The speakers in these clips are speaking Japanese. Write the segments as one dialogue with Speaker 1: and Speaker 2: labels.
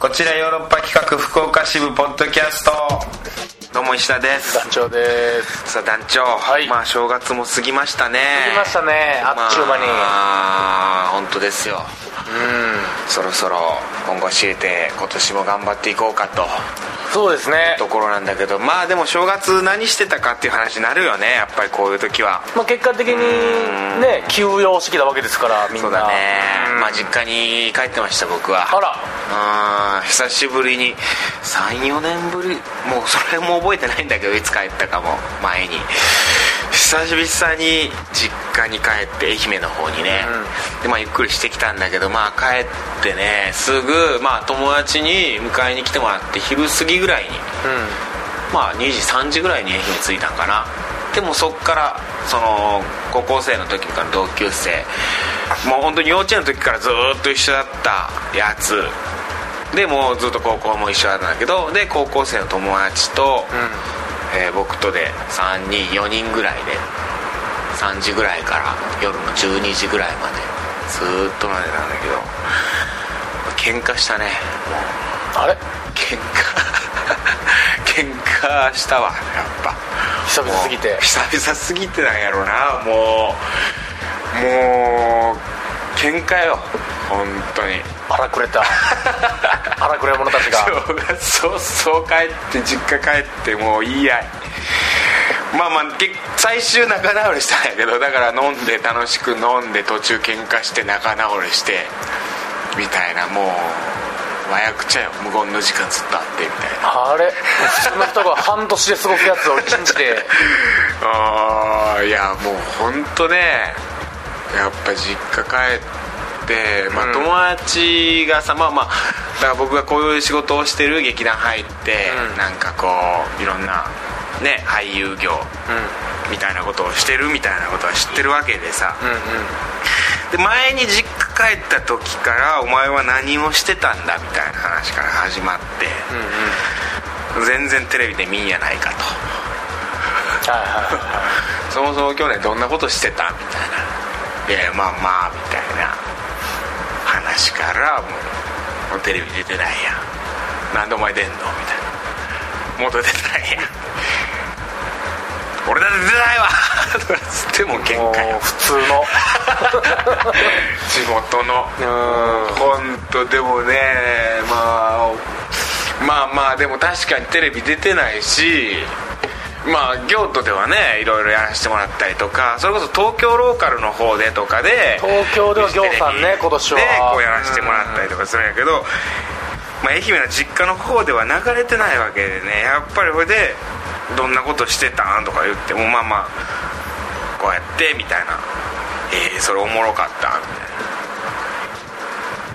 Speaker 1: こちらヨーロッパ企画福岡支部ポッドキャストどうも石田です
Speaker 2: 団長です
Speaker 1: さあ団長、
Speaker 2: はい
Speaker 1: まあ正月も過ぎましたね
Speaker 2: 来ましたねあっちゅう間に、
Speaker 1: まあ本当ですよそろそろ今後教えて今年も頑張っていこうかと
Speaker 2: うんそうですね、
Speaker 1: ところなんだけどまあでも正月何してたかっていう話になるよねやっぱりこういう時は
Speaker 2: まあ、結果的にね休養してきたわけですからみんな
Speaker 1: そうだね
Speaker 2: うん
Speaker 1: まあ実家に帰ってました僕は
Speaker 2: あら
Speaker 1: あー久しぶりに34年ぶりもうそれも覚えてないんだけどいつ帰ったかも前に久々に実家に帰って愛媛の方にね、でまあゆっくりしてきたんだけどまあ帰ってねすぐまあ友達に迎えに来てもらって昼過ぎぐらいに
Speaker 2: う
Speaker 1: まあ2時3時ぐらいに愛媛着いたんかなでもそっからその高校生の時から同級生もう本当に幼稚園の時からずーっと一緒だったやつでもうずっと高校も一緒だったんだけどで高校生の友達と、
Speaker 2: んうん
Speaker 1: えー僕とで3人4人ぐらいで3時ぐらいから夜の12時ぐらいまでずーっとまでなんだけど喧嘩したね
Speaker 2: あれ
Speaker 1: 喧嘩喧嘩したわやっぱ
Speaker 2: 久々すぎて
Speaker 1: もう久々すぎてなんやろうなもうもう喧嘩よ本当に
Speaker 2: 荒く れた荒くれ者たちが
Speaker 1: 正月そうそう帰って実家帰ってもう言い合いまあまあけ最終仲直りしたんやけどだから飲んで楽しく飲んで途中喧嘩して仲直りしてみたいなもう和訳ちゃよ無言の時間ずっとあってみたいな
Speaker 2: あれ普通の人が半年で過ごすやつを一日で
Speaker 1: あーいやもう本当ねやっぱ実家帰って、まあ、
Speaker 2: うん
Speaker 1: 友達がさ、まあまあだから僕がこういう仕事をしてる劇団入って、
Speaker 2: うん
Speaker 1: なんかこういろんなね俳優業みたいなことをしてるみたいなことは知ってるわけでさ、
Speaker 2: うんうん
Speaker 1: で前に実家帰った時から「お前は何をしてたんだ」みたいな話から始まって、
Speaker 2: うんうん
Speaker 1: 全然テレビで見んやないかと
Speaker 2: はいはいはい
Speaker 1: そもそも去年どんなことしてたみたいな「いやいやまあまあ」みたいな話からもう「もうテレビ出てないやん」「何でお前出んの?」みたいな「もう出てないやん」「俺だって出てないわ」 とかつってもう
Speaker 2: も
Speaker 1: 限界
Speaker 2: う
Speaker 1: よ
Speaker 2: 普通の
Speaker 1: 地元の
Speaker 2: うん
Speaker 1: 本当でもねまあまあまあでも確かにテレビ出てないしまあ京都ではねいろいろやらせてもらったりとかそれこそ東京ローカルの方でとかで
Speaker 2: 東京では行さんね今年は
Speaker 1: でこうやらせてもらったりとかするんやけど、まあ、愛媛の実家の方では流れてないわけでねやっぱりこれで「どんなことしてたん?」とか言ってもまあまあこうやってみたいな「えー、それおもろかった」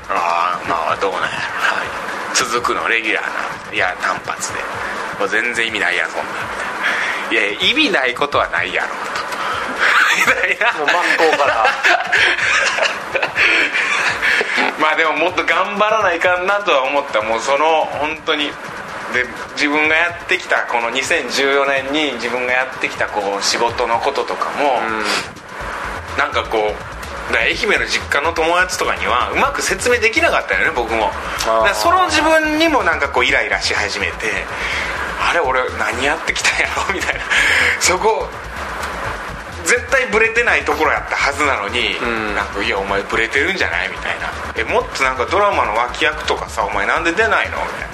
Speaker 1: みたいな「ああまあどうなんやろな」続くのレギュラーないや単発でもう全然意味ないやそんなんみたいないや意味ないことはないやろと みたいな
Speaker 2: もう真っ 向から
Speaker 1: まあでももっと頑張らないかんなとは思ったもうその本当にで自分がやってきたこの2014年に自分がやってきたこう仕事のこととかも、なんかこうだから愛媛の実家の友達とかにはうまく説明できなかったよね僕もだからその自分にもなんかこうイライラし始めてあれ俺何やってきたんやろみたいなそこ絶対ブレてないところやったはずなのに、
Speaker 2: うん
Speaker 1: なんかいやお前ブレてるんじゃないみたいなえもっとなんかドラマの脇役とかさお前なんで出ないのみたいな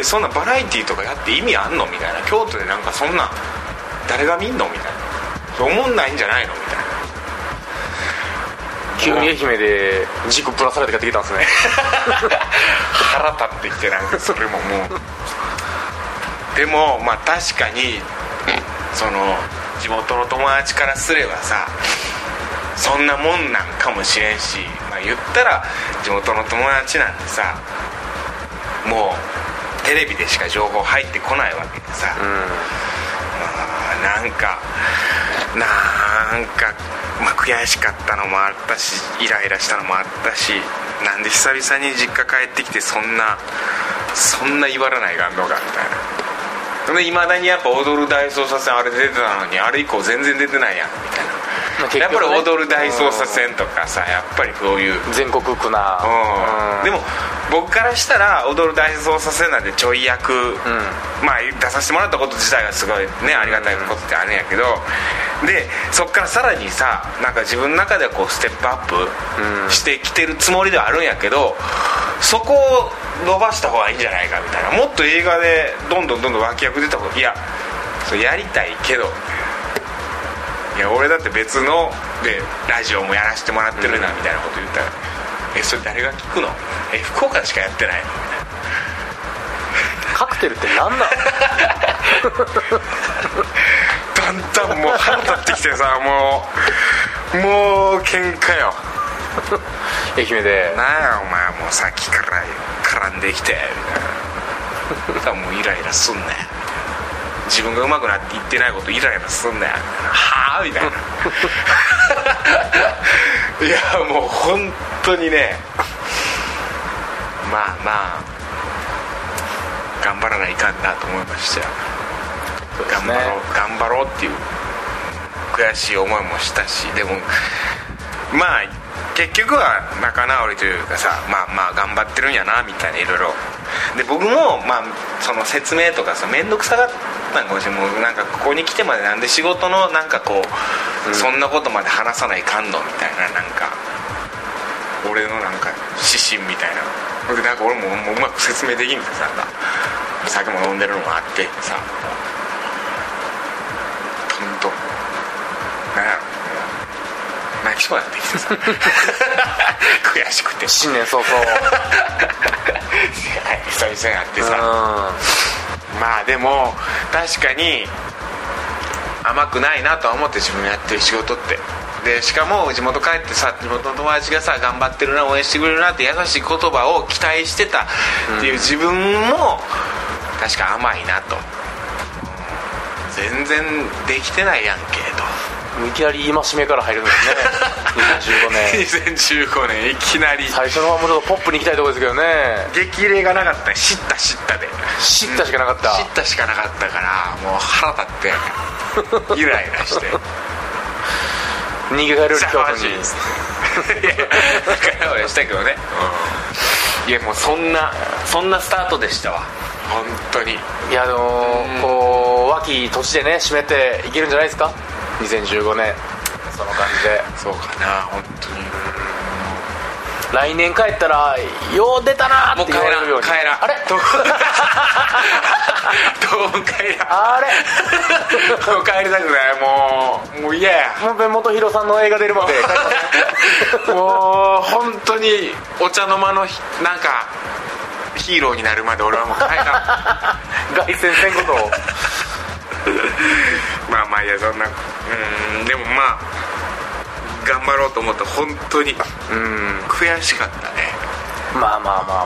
Speaker 1: えそんなバラエティーとかやって意味あんのみたいな京都でなんかそんなん誰が見んのみたいなそう思んないんじゃないのみたいな
Speaker 2: 急に愛媛で軸ぶらされて帰ってきたんですね
Speaker 1: 腹立ってきてなんかそれももうでもまあ確かにその地元の友達からすればさそんなもんなんかもしれんし、まあ、言ったら地元の友達なんてさもうテレビでしか情報入ってこないわけでさ、まあなんかなんか、まあ、悔しかったのもあったしイライラしたのもあったしなんで久々に実家帰ってきてそんなそんな言わらない感動があったいまだにやっぱ「踊る大捜査線」あれ出てたのにあれ以降全然出てないやんみたいな、
Speaker 2: まあ結
Speaker 1: や
Speaker 2: 局ね
Speaker 1: っぱり「踊る大捜査線」とかさやっぱりこういう
Speaker 2: 全国区な
Speaker 1: うん
Speaker 2: うん
Speaker 1: でも僕からしたら「踊る大捜査線」なんてちょい役、まあ出させてもらったこと自体がすごいねありがたいことってあるんやけど、でそっからさらにさなんか自分の中ではこうステップアップしてきてるつもりではあるんやけど、そこを伸ばした方がいいんじゃないかみたいなもっと映画でどんどんどんどん脇役出た方がいやそれやりたいけどいや俺だって別のでラジオもやらせてもらってるなみたいなこと言ったら「えそれ誰が聞くのえ福岡でしかやってないの?」
Speaker 2: カクテルって 何なの
Speaker 1: だんだんもう腹立ってきてさもうもう喧嘩よ
Speaker 2: 愛媛で
Speaker 1: なんやお前もうさっきから絡んできてみたいなもうイライラすんね自分が上手くなっていってないことイライラすんねはあみたいないやもう本当にねまあまあ頑張らないかんなと思いましたよ、
Speaker 2: そうで
Speaker 1: 頑
Speaker 2: す
Speaker 1: 張
Speaker 2: ね
Speaker 1: ろう頑張ろうっていう悔しい思いもしたしでもまあ結局は仲直りというかさまあまあ頑張ってるんやなみたいないろいろで僕もまあその説明とかさ面倒くさがったんかもしれんもうなんかここに来てまでなんで仕事のなんかこう、そんなことまで話さないかんのみたいななんか俺のなんか指針みたいなほんでなんか俺ももううまく説明できんくてさなんか酒も飲んでるのもあってさトントンなんやろもう泣きそうになってきてさ悔しくて
Speaker 2: 新年早々
Speaker 1: はい久々に会って
Speaker 2: う
Speaker 1: さ
Speaker 2: ん
Speaker 1: まあでも確かに甘くないなとは思って自分やってる仕事ってでしかも地元帰ってさ地元の友達がさ頑張ってるな応援してくれるなって優しい言葉を期待してたっていう自分も確か甘いなと全然できてないやんけと
Speaker 2: いきなり戒めから入るんですね2015年
Speaker 1: 2015年いきなり
Speaker 2: 最初のはもうちょっとポップに行きたいところですけどね
Speaker 1: 激励がなかった知った知ったで
Speaker 2: 知ったしかなかった
Speaker 1: 知ったしかなかったからもう腹立ってイライラして
Speaker 2: 逃げ帰るより京
Speaker 1: マ
Speaker 2: 都
Speaker 1: ジ
Speaker 2: に
Speaker 1: ですいや仲直りしたけどね、いやもうそんなそんなスタートでしたわ本当に
Speaker 2: いやでも
Speaker 1: うん
Speaker 2: こう脇土地でね締めていけるんじゃないですか2015年その感じで
Speaker 1: そうかな本当に
Speaker 2: 来年帰ったらよう出たなー
Speaker 1: もう
Speaker 2: って
Speaker 1: 帰
Speaker 2: 言われ
Speaker 1: ら
Speaker 2: るようんに
Speaker 1: 帰らん
Speaker 2: あれ
Speaker 1: どう どうも帰らん
Speaker 2: あれ
Speaker 1: もう帰りたくないもうもう嫌や
Speaker 2: 本編元弘さんの映画出るまで帰ったね
Speaker 1: もう本当にお茶の間のひなんかヒーローになるまで俺はもう帰らん
Speaker 2: 凱旋せんことを
Speaker 1: まあまあいやそんなうーんでもまあ頑張ろうと思って本当に
Speaker 2: うん
Speaker 1: 悔しかったね
Speaker 2: まあまあまあまあまあ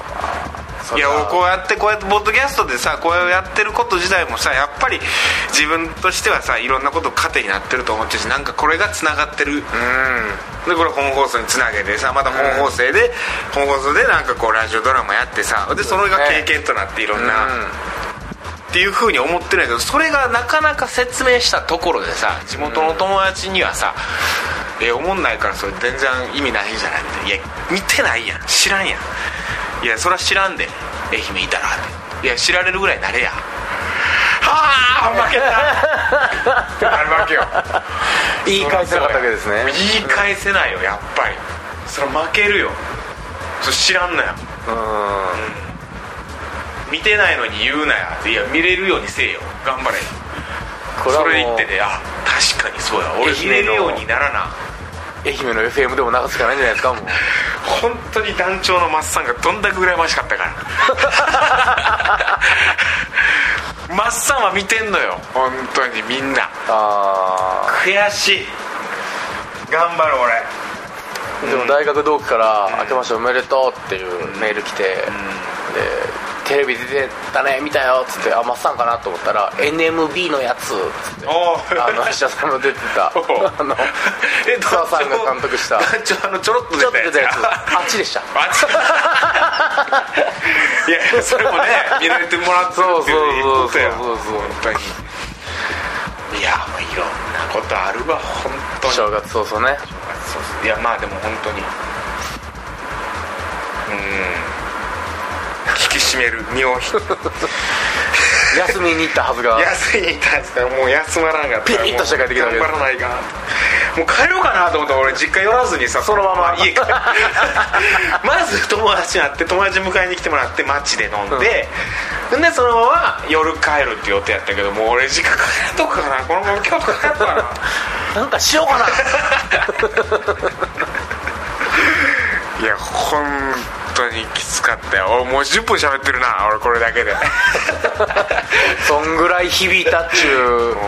Speaker 2: まあ
Speaker 1: いや
Speaker 2: お
Speaker 1: こうやってこうやってポッドキャストでさこうやってること自体もさやっぱり自分としてはさいろんなこと糧になってると思ってるしなんかこれがつながってる
Speaker 2: う
Speaker 1: でこれ本放送につなげてさまた本放送で、本放送でなんかこうラジオドラマやってさでそれが経験となっていろん
Speaker 2: ん
Speaker 1: な、っていうふうに思ってないけどそれがなかなか説明したところでさ地元の友達にはさ「えおもんないからそれ全然意味ないんじゃない?」みたいな「いや見てないやん知らんやんいやそら知らんで愛媛いたら」いや知られるぐらいなれや」はあ負け たなるわけよ
Speaker 2: 言い返せなかったわけですね
Speaker 1: 言い返せないよやっぱりそれ負けるよそれ知らんのや
Speaker 2: うん
Speaker 1: 見てないのに言うなやいや見れるようにせえよ頑張れ
Speaker 2: これ
Speaker 1: そ
Speaker 2: はもう
Speaker 1: れ言ってねあ確かにそうや俺
Speaker 2: 愛媛の
Speaker 1: 見れるようにならな
Speaker 2: 愛媛の FM でも流すしかないんじゃないですかもう
Speaker 1: 本当に団長のマッサンがどんだけ羨ましかった からマッサンは見てんのよ本当にみんな
Speaker 2: あ
Speaker 1: 悔しい頑張る俺
Speaker 2: あでも大学同期から「明けましておめでとう」っていうメール来て、でテレビ出てたね見たよっつってあマッサンかなと思ったら NMB のやつっつって
Speaker 1: おお
Speaker 2: あ の石田さんの出てたあの
Speaker 1: え
Speaker 2: 津田さんが監督した
Speaker 1: 団長あのちょろっと
Speaker 2: ちょ
Speaker 1: 出
Speaker 2: っと
Speaker 1: た
Speaker 2: 出
Speaker 1: やつ
Speaker 2: たやつあっちでした
Speaker 1: あ ちいやいやそれもね見られてもらってるっていう
Speaker 2: そうそうそう
Speaker 1: こ
Speaker 2: そう
Speaker 1: とや
Speaker 2: そうそう
Speaker 1: 本当にいやもういろんなことあるわ本当に
Speaker 2: 正月早々ね
Speaker 1: そうそういやまあでも本当にうーんきしめる身を引 き
Speaker 2: 休みに行ったはずが
Speaker 1: 安いに対してはもう休まらんかったら
Speaker 2: ピリッとした帰ってきたわ
Speaker 1: も
Speaker 2: け
Speaker 1: う
Speaker 2: です
Speaker 1: 頑張らないかなともう帰ろうかなと思ったら俺実家寄らずにさ
Speaker 2: そのまま
Speaker 1: 家帰 ってまず友達に会って友達迎えに来てもらって街で飲んで、ん、でそのまま夜帰るって予定やったけどもう俺実家帰っとくかなこのまま京都帰っとくかな
Speaker 2: なんかしようかない
Speaker 1: や本当にきつかったよ俺もう10分喋ってるな俺これだけでう
Speaker 2: そんぐらい響いたっちゅう
Speaker 1: ー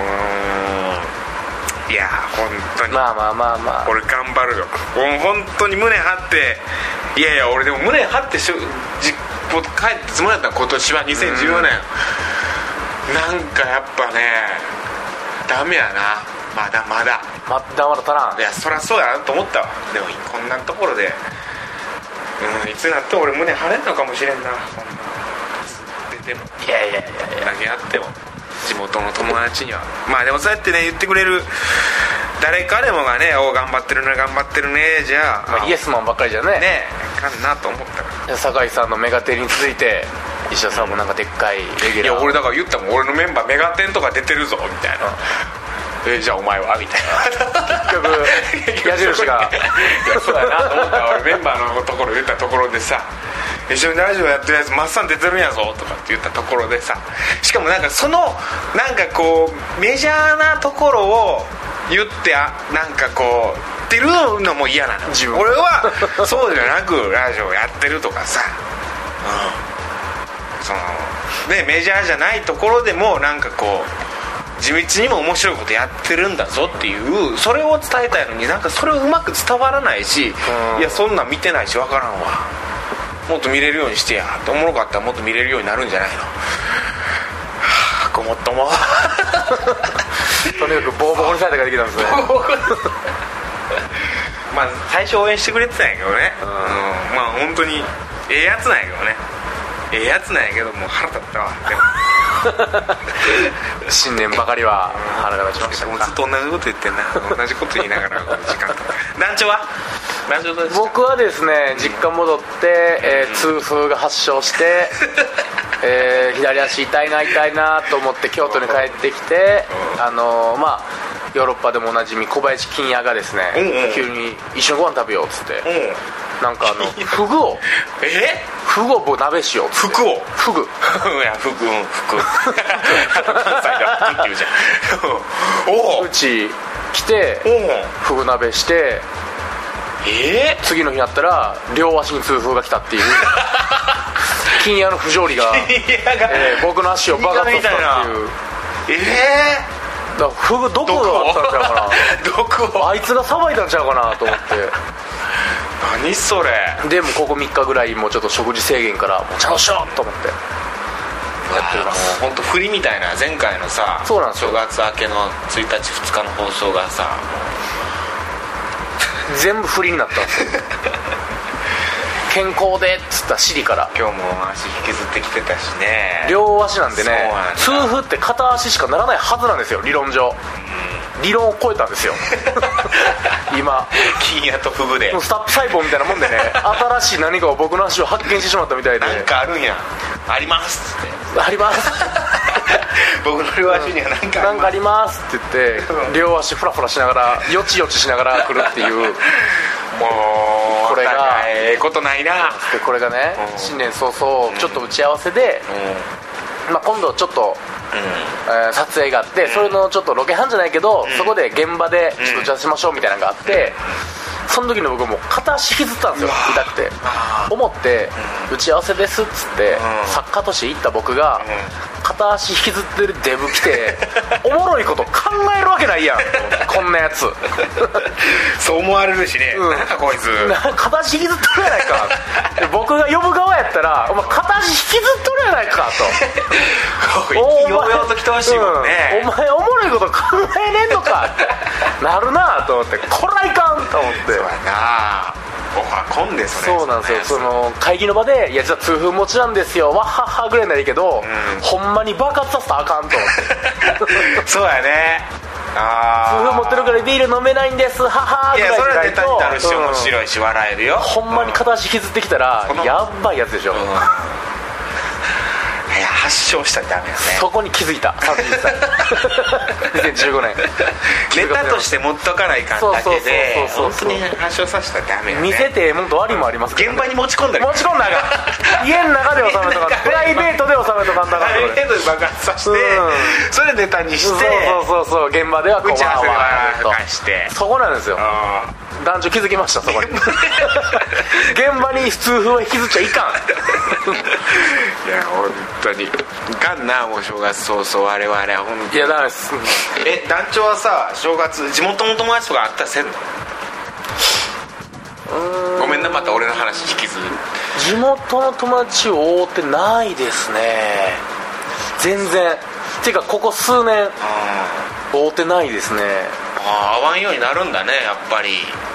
Speaker 1: んいや本当に
Speaker 2: まあまあまあまあ
Speaker 1: 俺頑張るよ俺本当に胸張っていやいや俺でも胸張ってしょじぽ帰ってつもりだったの今年は2014年なんかやっぱねダメやなまだまだ
Speaker 2: まだまだ足らん
Speaker 1: いやそりゃそうやなと思ったわでもこんなところで、うん、いつになっても俺胸張れんのかもしれんなこんなででも
Speaker 2: いやいやいや
Speaker 1: だけあっても地元の友達にはまあでもそうやってね言ってくれる誰かでもがね「おう頑張ってるね頑張ってるね」じゃあ,、
Speaker 2: まあイエスマンばっかりじゃね
Speaker 1: ねいかんなと思ったから
Speaker 2: 酒井さんのメガテに続いて石田さんもなんかでっかいレギュラー
Speaker 1: いや俺だから言ったもん俺のメンバーメガテンとか出てるぞみたいな、えじゃあお前はみたい
Speaker 2: 結局
Speaker 1: な
Speaker 2: 矢印が
Speaker 1: いやそうやなと思った俺メンバーのところ言ったところでさ一緒にラジオやってるやつマッサン出てるんやぞとかって言ったところでさしかもなんかそのなんかこうメジャーなところを言ってあなんかこうってるのも嫌なの
Speaker 2: 自分
Speaker 1: 俺はそうじゃなくラジオやってるとかさそのねメジャーじゃないところでもなんかこう地道にも面白いことやってるんだぞっていうそれを伝えたいのになんかそれをうまく伝わらないし
Speaker 2: うん
Speaker 1: いやそんなん見てないしわからんわもっと見れるようにしてやおもろかったらもっと見れるようになるんじゃないのはあごもっとも
Speaker 2: とにかくボーボコにされてからできたん ですね
Speaker 1: まあ最初応援してくれてたんやけどね、
Speaker 2: うん
Speaker 1: うんまあ本当にええやつなんやけどねええやつなんやけどもう腹立ったわでも
Speaker 2: 新年ばかりは腹が立ちました
Speaker 1: もうずっと同じこと言ってんな同じこと言いながらこの時間とか団長は団長どうでした
Speaker 2: 僕はですね実家戻って、えー痛風が発症 して、えー左足痛いな痛いなと思って京都に帰ってきて
Speaker 1: うん
Speaker 2: あのーまあヨーロッパでもおなじみ小林金也がですね、
Speaker 1: うんうん
Speaker 2: 急に一緒にご飯食べようっつって、
Speaker 1: うん
Speaker 2: なんかあ のフグを
Speaker 1: え
Speaker 2: フグを僕鍋しようっつって
Speaker 1: 服を
Speaker 2: フグ
Speaker 1: いや服うん服関西では服って言うじゃんおお
Speaker 2: うち来て
Speaker 1: おお
Speaker 2: フグ鍋して
Speaker 1: え
Speaker 2: 次の日になったら両足に痛風が来た っていう金也の不条理が、
Speaker 1: ー、いやが
Speaker 2: えー僕の足をバカとしたっていう
Speaker 1: ええ
Speaker 2: だからフグどこ
Speaker 1: どこ
Speaker 2: だったんちゃうか
Speaker 1: どこ
Speaker 2: なあいつがさばいたんちゃうかなと思っ
Speaker 1: 何それ
Speaker 2: てでもここ3日ぐらいもうちょっと食事制限からもうちゃんしようと思ってやってます
Speaker 1: 本当振りみたいな前回のさ
Speaker 2: そうなんですよ
Speaker 1: 正月明けの1日2日の放送がさ
Speaker 2: 全部不利になったんです よ健康でっつった尻から
Speaker 1: 今日も足引きずってきてたしね
Speaker 2: 両足なんでね
Speaker 1: そう
Speaker 2: 痛
Speaker 1: なんだ
Speaker 2: 風って片足しかならないはずなんですよ理論上理論を超えた んですよ今
Speaker 1: 金やとフグで
Speaker 2: もうスタップ細胞みたいなもんでね新しい何かを僕の足を発見してしまったみたいで
Speaker 1: なんかあるんやありますって
Speaker 2: あります
Speaker 1: 僕の両足にはなんか
Speaker 2: な
Speaker 1: あ
Speaker 2: ん
Speaker 1: り
Speaker 2: か
Speaker 1: ま
Speaker 2: ありますって言って両足フラフラしながらよちよちしながら来るっていう
Speaker 1: すもう
Speaker 2: これが
Speaker 1: お互いええことないな
Speaker 2: でこれがね
Speaker 1: うん
Speaker 2: 新年早々ちょっと打ち合わせで、
Speaker 1: うん
Speaker 2: まあ、今度ちょっと、えー撮影があってそれのちょっとロケハンじゃないけど、そこで現場でちょっと打ち合わせしましょうみたいなのがあってその時の僕もう片足引きずったんですよ痛くて思って打ち合わせですっつって、
Speaker 1: うん
Speaker 2: 作家として行った僕が、片足引きずってるデブ 来ておもろいこと考えるわけないやんこんなやつ
Speaker 1: そう思われるしね
Speaker 2: うん
Speaker 1: なんかこいつ
Speaker 2: な片足引きずっとるやないかで僕が呼ぶ側やったら「お前片足引きずっとるやないか」
Speaker 1: お
Speaker 2: と
Speaker 1: い
Speaker 2: お
Speaker 1: 意気揚々と来てほしいもんね
Speaker 2: うんお前おもろいこと考えねえの か」なるなと思ってこらいかんと思って
Speaker 1: そうやなオファー込んでそれ
Speaker 2: そうなんですよそ
Speaker 1: んなや
Speaker 2: の会議の場で「いや実は痛風持ちなんですよわっはっは」ぐらいならいいけど、
Speaker 1: うん
Speaker 2: ほんまに爆発させたらあかんと思って
Speaker 1: つそうやねあ
Speaker 2: 痛
Speaker 1: あ
Speaker 2: 風持ってるからビール飲めないんですはっはー
Speaker 1: い
Speaker 2: ぐ
Speaker 1: や
Speaker 2: らい
Speaker 1: それは
Speaker 2: ない
Speaker 1: ネタになるし面白いし笑えるよ
Speaker 2: ほんまに片足引きずってきたら
Speaker 1: うん
Speaker 2: やっばいやつでしょ
Speaker 1: うん生したらダメだね
Speaker 2: そこに気づいた31歳 2015年
Speaker 1: ネタとして持っとかないかんだけで
Speaker 2: そう
Speaker 1: 本
Speaker 2: そうそうそうそう
Speaker 1: 当に発症させたらダメだね
Speaker 2: 見せてええもんとありもありますから、
Speaker 1: 現場に持ち込んだり
Speaker 2: 持ち込んだらあかん家の中で収めとかんプライベートで収めとかんだ
Speaker 1: あ
Speaker 2: か
Speaker 1: る
Speaker 2: ん
Speaker 1: 程度爆発させて、
Speaker 2: うん
Speaker 1: それでネタにして
Speaker 2: そうそうそうそう現場ではこう
Speaker 1: 打ち合わせで
Speaker 2: わーわー
Speaker 1: わ
Speaker 2: や
Speaker 1: ー
Speaker 2: る
Speaker 1: わーして
Speaker 2: とそこなんですよ
Speaker 1: あ
Speaker 2: 男女気づきましたそこ に現場に普通風を引きずっちゃいかん
Speaker 1: ーいや本当にいかんなお正月早々我々は本
Speaker 2: い
Speaker 1: 当に
Speaker 2: やダメです
Speaker 1: え団長はさ正月地元の友達とかあったらせんのごめんなまた俺の話引きずる
Speaker 2: 地元の友達を覆ってないですね全然ていうかここ数年
Speaker 1: あ
Speaker 2: 覆ってないですね
Speaker 1: あ合わんようになるんだねやっぱり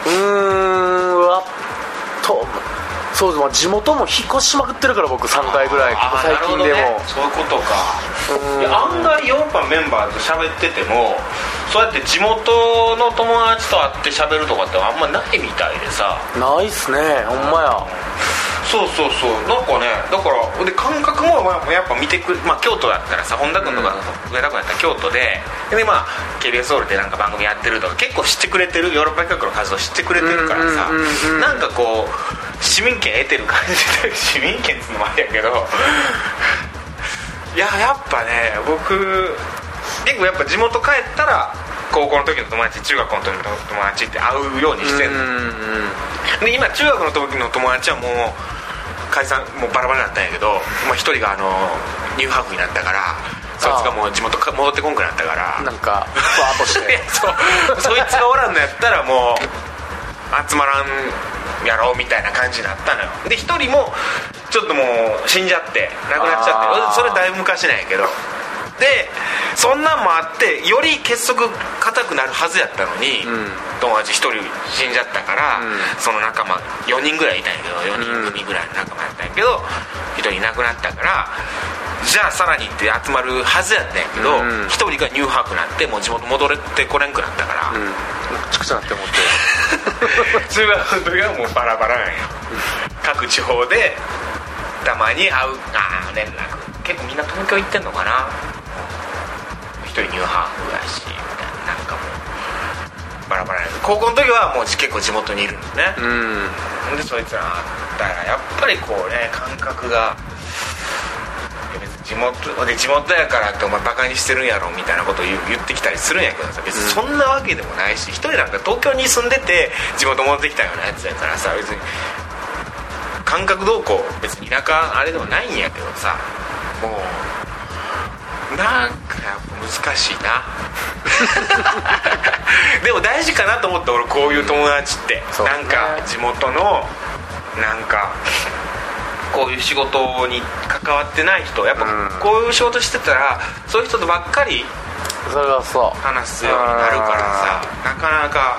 Speaker 2: うーんわっとそうですまあ地元も引っ越しまくってるから僕3回ぐらいここ
Speaker 1: あー
Speaker 2: 最近でも、
Speaker 1: なるほどねそういうこと
Speaker 2: う
Speaker 1: か
Speaker 2: ん
Speaker 1: いや案外ヨーロッパメンバーと喋っててもそうやって地元の友達と会って喋るとかってあんまないみたいでさ
Speaker 2: ないっすねほんまや
Speaker 1: そうそうそうなんかねだからで感覚もまあやっぱ見てくる、まあ、京都だったらさ本田君とか上田君だったら京都ででまあ KBS オールでなんか番組やってるとか結構知ってくれてるヨーロッパ企画の活動知ってくれてるからさ
Speaker 2: うんうんうんうん
Speaker 1: なんかこう市民権得てる感じで 市民権っつうのもあれやけどいややっぱね僕結構やっぱ地元帰ったら高校の時の友達中学の時の友達って会うようにしてんの
Speaker 2: うん
Speaker 1: で今中学の時の友達はもう解散もうバラバラになったんやけどもう一人があのニューハーフになったからそいつがもう地元か戻ってこんくなったから
Speaker 2: なんかふわっとし
Speaker 1: い
Speaker 2: て
Speaker 1: や そうそいつがおらんのやったらもう集まらんやろうみたいな感じになったのよで一人もちょっともう死んじゃって亡くなっちゃ
Speaker 2: あ
Speaker 1: っ
Speaker 2: ー
Speaker 1: てそれだいぶ昔なんやけどでそんなんもあってより結束固くなるはずやったのに、
Speaker 2: ん
Speaker 1: 友達一人死んじゃったから、
Speaker 2: うん
Speaker 1: その仲間4人ぐらいいたんやけど4人組ぐらいの仲間やったんやけど一人いなくなったからじゃあさらにって集まるはずやったんやけど
Speaker 2: うん
Speaker 1: 一、人がニューハーフになってもう地元戻れてこれんくなったから、
Speaker 2: うんちくちゃなって思って
Speaker 1: 中学の時はもうバラバラなんよ各地方でたまに会うああ連絡結構みんな東京行ってんのかな一人ニューハーフやしみたいななんかもうバラバラやけど高校の時はもう結構地元にいるのね、
Speaker 2: うん
Speaker 1: でそいつらだからやっぱりこうね感覚がいや別に地元で地元やからってお前バカにしてるんやろみたいなことを言う言ってきたりするんやけどさ別にそんなわけでもないし一人なんか東京に住んでて地元戻ってきたようなやつやからさ別に感覚どうこう別に田舎あれでもないんやけどさもうなんかやっぱ難しいな でも大事かなと思って俺こういう友達って、
Speaker 2: そう
Speaker 1: なんか地元のなんかこういう仕事に関わってない人やっぱ
Speaker 2: うん
Speaker 1: こういう仕事してたらそういう人とばっかり
Speaker 2: それはそう
Speaker 1: 話すようになるからさなかなか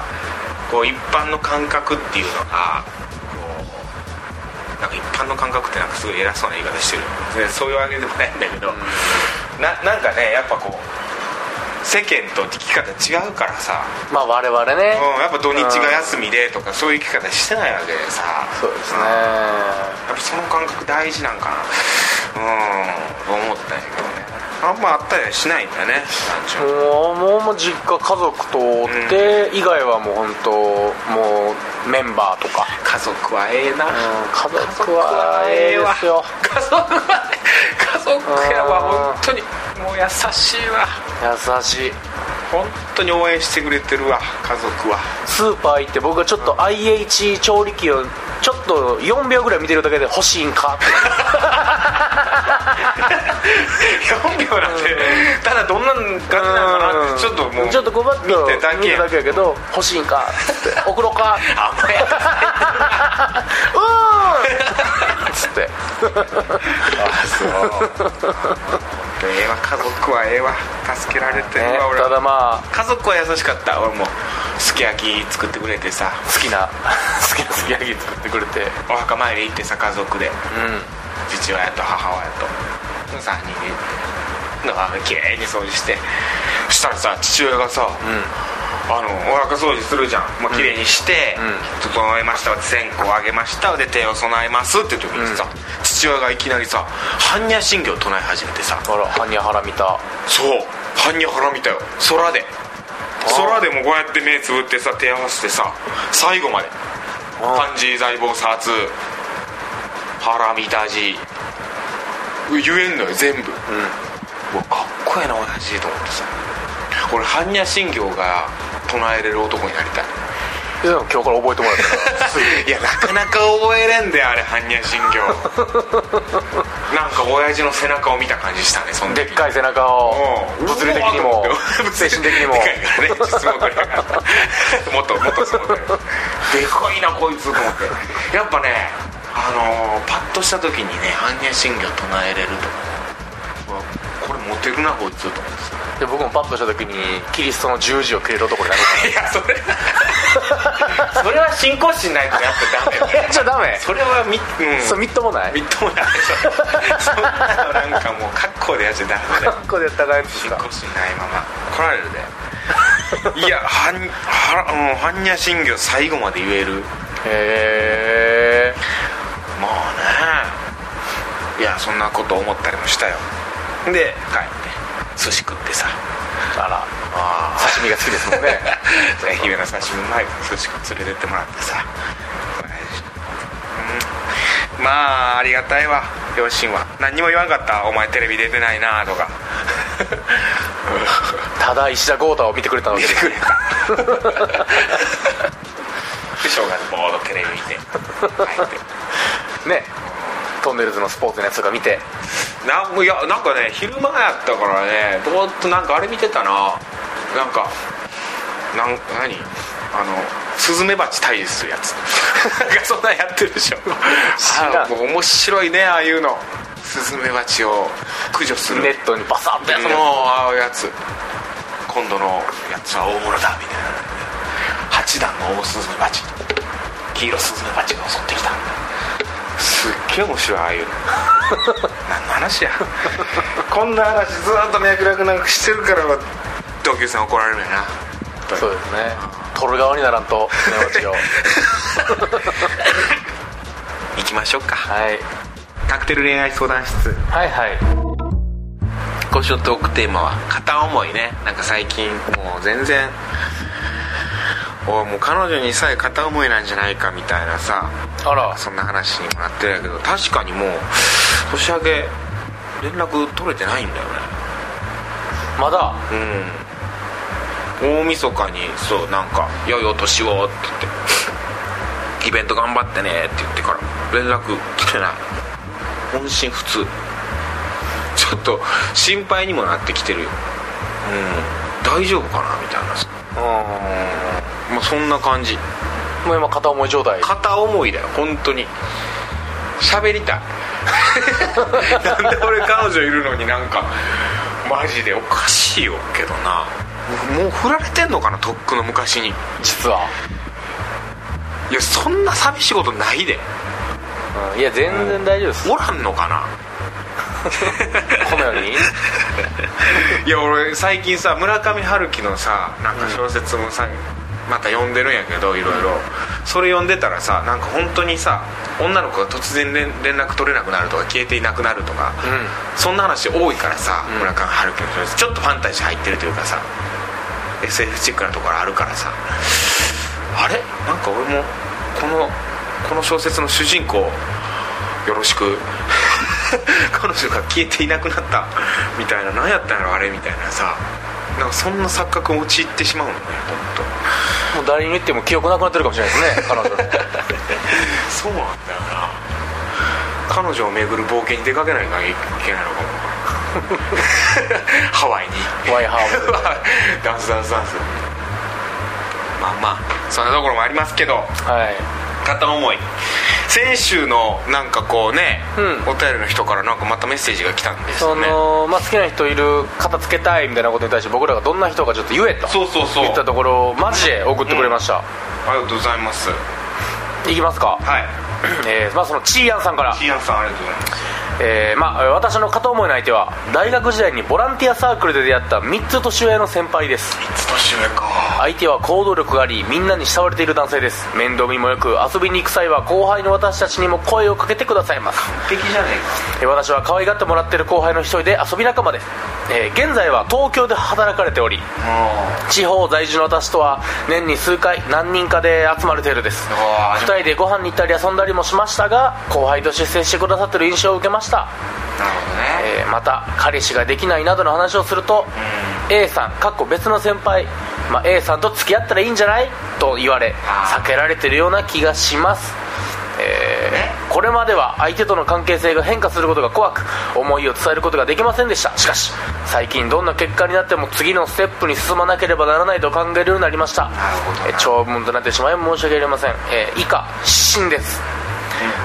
Speaker 1: こう一般の感覚っていうのがこうなんか一般の感覚ってなんかすごい偉そうな言い方してるよでそういうわけでもないんだけど、ななんかねやっぱこう世間と生き方違うからさ、
Speaker 2: まあ我々
Speaker 1: う
Speaker 2: ね
Speaker 1: ん、やっぱ土日が休みでとかそういう生き方してないわけでさ
Speaker 2: そうですね
Speaker 1: やっぱその感覚大事なんかなうん思ったんやけどねあんまあったりはしないんだね
Speaker 2: もうもうもう実家家族とおって、以外はもう本当もうメンバーとか、
Speaker 1: 家族はええな、
Speaker 2: うん、家族はええですよ
Speaker 1: 家族はね家族やわ
Speaker 2: うん
Speaker 1: 本当にもう優しいわ
Speaker 2: 優しい
Speaker 1: 本当に応援してくれてるわ家族は
Speaker 2: スーパー行って僕がちょっと IH 調理器をちょっと4秒ぐらい見てるだけで欲しいんかって
Speaker 1: 4秒なんてただどんな感じなのかなってちょっともう
Speaker 2: ちょっとごばっと
Speaker 1: 見てだけ
Speaker 2: 見てだけやけど欲しいんかって送ろうか
Speaker 1: 甘え
Speaker 2: うーんっつ って
Speaker 1: あそうええわ家族はええわ助けられてる
Speaker 2: ね
Speaker 1: わ俺
Speaker 2: ただまあ
Speaker 1: 家族は優しかった俺もすき焼き作ってくれてさ
Speaker 2: 好きな好きなすき焼き作ってくれてうん
Speaker 1: お墓参り行ってさ家族で父親と母親と3人で行ってのあの綺麗に掃除してそしたらさ父親がさ、
Speaker 2: う
Speaker 1: あのお腹掃除するじゃん、まあ、綺麗にして、
Speaker 2: う
Speaker 1: 整えました線香をあげましたで手を備えますって時にさ、父親がいきなりさ般若心経を唱え始めてさ
Speaker 2: あらハニャハラ見た
Speaker 1: そう般若腹見たよ空で空でもこうやって目つぶってさ手合わせてさ最後まで漢字財宝殺腹見た字言えんのよ全部、うわかっこええな親父と思ってさ俺般若心経が唱えれる男になりたい
Speaker 2: でも今日から覚えてもらったからすぐ
Speaker 1: いやなかなか覚えれんだよあれ般若心 経なんか親父の背中を見た感じしたねそん
Speaker 2: でっかい背中を物理的にも 精神的に も
Speaker 1: でかいからね実物だからもっともっとすごい でかいなこいつと思ってやっぱねあのー、パッとした時にね般若心経唱えれるとうわこれモテるなこいつと思ってさ
Speaker 2: で僕もパッとした時にキリストの十字をくれる男になる
Speaker 1: いやそれ それは信仰心ないとやっぱダメよね
Speaker 2: えじゃあダメ
Speaker 1: それはみ、うん、
Speaker 2: それみっともない
Speaker 1: みっともないでしょそんなのなんかもう格好でやっちゃダメだよ
Speaker 2: ここで戦えです
Speaker 1: 信
Speaker 2: か
Speaker 1: 仰心ないまま来られるでいやはんは、うん、般若心経最後まで言える
Speaker 2: へえ
Speaker 1: まあねいやそんなこと思ったりもしたよで帰って寿司食ってさ
Speaker 2: あら
Speaker 1: ああ
Speaker 2: 刺身が好きですもんね
Speaker 1: 愛媛の刺身うまいから寿司食連れてってもらってさ、うん、まあありがたいわ両親は何にも言わんかったお前テレビ出てないなとか
Speaker 2: ただ石田豪太を見てくれたので
Speaker 1: 見てくれたで正月ボードテレビ見て帰って
Speaker 2: ねトンネルズのスポーツのやつとか見て
Speaker 1: なんもいやなんかね昼間やったからねぼーっとなんかあれ見てたななんかなん何あのスズメバチ退治するやつなんかそんなんやってるでしょ
Speaker 2: 知ら
Speaker 1: あ
Speaker 2: ん
Speaker 1: のもう面白いねああいうのスズメバチを駆除する
Speaker 2: ネットにバサッて
Speaker 1: でそのああいうやつ今度のやつは大物だみたいな八段の大スズメバチ黄色スズメバチが襲ってきたすっげえ面白いああいう の何の話やこんな話ずーっと脈絡なくしてるから同級生に怒られるよな
Speaker 2: そうですね取る側にならんと寝落ちを
Speaker 1: 行きましょうか
Speaker 2: はい
Speaker 1: カクテル恋愛相談室
Speaker 2: はいはい
Speaker 1: 今週のトークテーマは片思いねなんか最近もう全然おいもう彼女にさえ片思いなんじゃないかみたいなさ
Speaker 2: あら
Speaker 1: そんな話にもなってるんやけど確かにもう年明け連絡取れてないんだよね
Speaker 2: まだ
Speaker 1: うん大晦日にそうなんか「良いお年を」って言って「イベント頑張ってね」って言ってから連絡来てない音信不通ちょっと心配にもなってきてるようん大丈夫かなみたいなさまあそんな感じ
Speaker 2: もう今片思い状態
Speaker 1: 片思いだよ本当に喋りたい なんで俺彼女いるのになんかマジでおかしいよけどなもうもう振られてんのかなとっくの昔に
Speaker 2: 実は、
Speaker 1: いやそんな寂しいことないで
Speaker 2: うん、いや全然大丈夫です
Speaker 1: おらんのかな
Speaker 2: このよう に
Speaker 1: いや俺最近さ村上春樹のさなんか小説もさ、また読んでるんやけどいろいろそれ読んでたらさなんか本当にさ女の子が突然連連絡取れなくなるとか消えていなくなるとか、そんな話多いからさ、
Speaker 2: うん
Speaker 1: 村上春樹の小説ちょっとファンタジー入ってるというかさ SF チックなところあるからさあれなんか俺もこのこの小説の主人公よろしく 彼女が消えていなくなったみたいな何やったんやろあれみたいなさなんかそんな錯覚に陥ってしまうのね本
Speaker 2: もう誰に言っても記憶なくなってるかもしれないですね彼女
Speaker 1: 当。
Speaker 2: の
Speaker 1: そうなんだよな彼女を巡る冒険に出かけないといけないのかも ハワイに
Speaker 2: ワイハーブ
Speaker 1: ダンスダンスダンスまあまあそんなところもありますけど
Speaker 2: はい
Speaker 1: 片思い先週のなんかこうね、
Speaker 2: うん
Speaker 1: お便りの人からなんかまたメッセージが来たんです
Speaker 2: そ
Speaker 1: よね
Speaker 2: の、まあ、好きな人いる片付けたいみたいなことに対して僕らがどんな人かちょっと言えと
Speaker 1: そうそうそう
Speaker 2: 言ったところマジで送ってくれました、
Speaker 1: ありがとうございます
Speaker 2: いきますか、
Speaker 1: はい
Speaker 2: えーまあ、そのチーアンさんから
Speaker 1: キーアンさんありがとうございます
Speaker 2: えーまあ、私の片思いの相手は大学時代にボランティアサークルで出会った3つ年上の先輩です
Speaker 1: いつ年上か
Speaker 2: 相手は行動力がありみんなに慕われている男性です面倒見もよく遊びに行く際は後輩の私たちにも声をかけてくださいます
Speaker 1: 敵じゃね
Speaker 2: えー私は可愛がってもらっている後輩の一人で遊び仲間です、えー現在は東京で働かれており
Speaker 1: えか
Speaker 2: 地方在住の私とは年に数回何人かで集まる程度です
Speaker 1: うわー
Speaker 2: 2人でご飯に行ったり遊んだりもしましたが後輩と出世してくださってる印象を受けました、
Speaker 1: なるほどね
Speaker 2: えーまた彼氏ができないなどの話をすると A さんかっこ別の先輩、まあ、A さんと付き合ったらいいんじゃないと言われ
Speaker 1: あー
Speaker 2: 避けられてるような気がしますえーこれまでは相手との関係性が変化することが怖く思いを伝えることができませんでしたしかし最近どんな結果になっても次のステップに進まなければならないと考えるようになりました
Speaker 1: なるほどな
Speaker 2: えー長文となってしまい申し訳ありません、えー以下失神です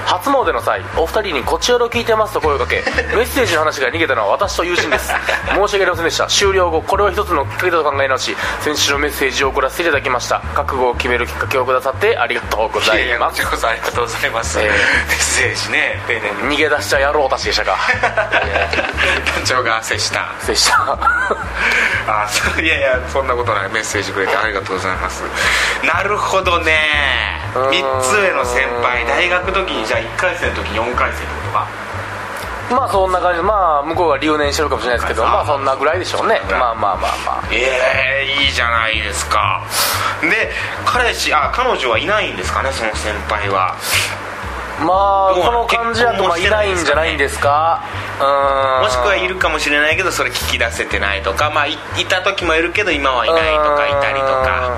Speaker 2: 初詣の際お二人に「こちよろ聞いてます」と 声をかけメッセージの話が逃げたのは私と友人です申し訳ありませんでした終了後これを一つのきっかけだと考え直し先週のメッセージを送らせていただきました覚悟を決めるきっかけをくださってありがとうご
Speaker 1: い
Speaker 2: ざ
Speaker 1: やい
Speaker 2: い
Speaker 1: やこ
Speaker 2: ま
Speaker 1: ち
Speaker 2: す
Speaker 1: らこそありがとうございます、
Speaker 2: ええ
Speaker 1: メッセージね丁寧に
Speaker 2: 逃げ出した野郎たちでしたか
Speaker 1: 団長が接した
Speaker 2: でした
Speaker 1: あそういやいやそんなことないメッセージくれてありがとうございますなるほどね
Speaker 2: うーん
Speaker 1: 3つ上の先輩大学時にじゃあ1回生の時に4回生ってことか
Speaker 2: まあそんな感じまあ向こうが留年してるかもしれないですけどまあそんなぐらいでしょうねまあまあまあまあ
Speaker 1: ええいいじゃないですかで彼氏あ彼女はいないんですかねその先輩は
Speaker 2: まあ
Speaker 1: どう
Speaker 2: こ
Speaker 1: なの
Speaker 2: の感じだとまあい
Speaker 1: 結婚もして
Speaker 2: な
Speaker 1: ないい
Speaker 2: ん
Speaker 1: ん
Speaker 2: じ
Speaker 1: ですかね
Speaker 2: ゃないんですかうーん
Speaker 1: もしくはいるかもしれないけどそれ聞き出せてないとかまあいいた時もいるけど今はいないとかいたりとか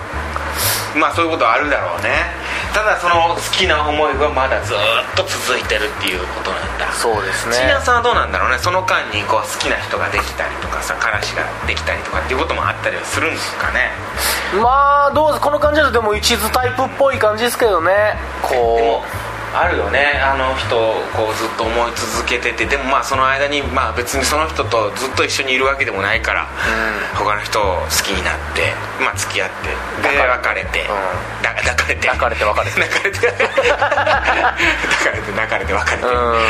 Speaker 1: まあそういうことはあるだろうねただその好きな思いはまだずーっと続いてるっていうことなんだ
Speaker 2: そうですね
Speaker 1: ちなさんはどうなんだろうねその間にこう好きな人ができたりとかさ彼氏ができたりとかっていうこともあったりはするんですかね
Speaker 2: まあどうぞこの感じだとでも一途タイプっぽい感じですけどね
Speaker 1: で
Speaker 2: こ
Speaker 1: もあるよねあの人をこうずっと思い続けててでもまあその間に、まあ、別にその人とずっと一緒にいるわけでもないから、他の人を好きになって、まあ、付き合ってで
Speaker 2: 抱
Speaker 1: 別れて、
Speaker 2: ん
Speaker 1: だ 抱かれて
Speaker 2: 抱かれて別れて
Speaker 1: 泣かれて 抱かれて泣かれて別れて
Speaker 2: ううーん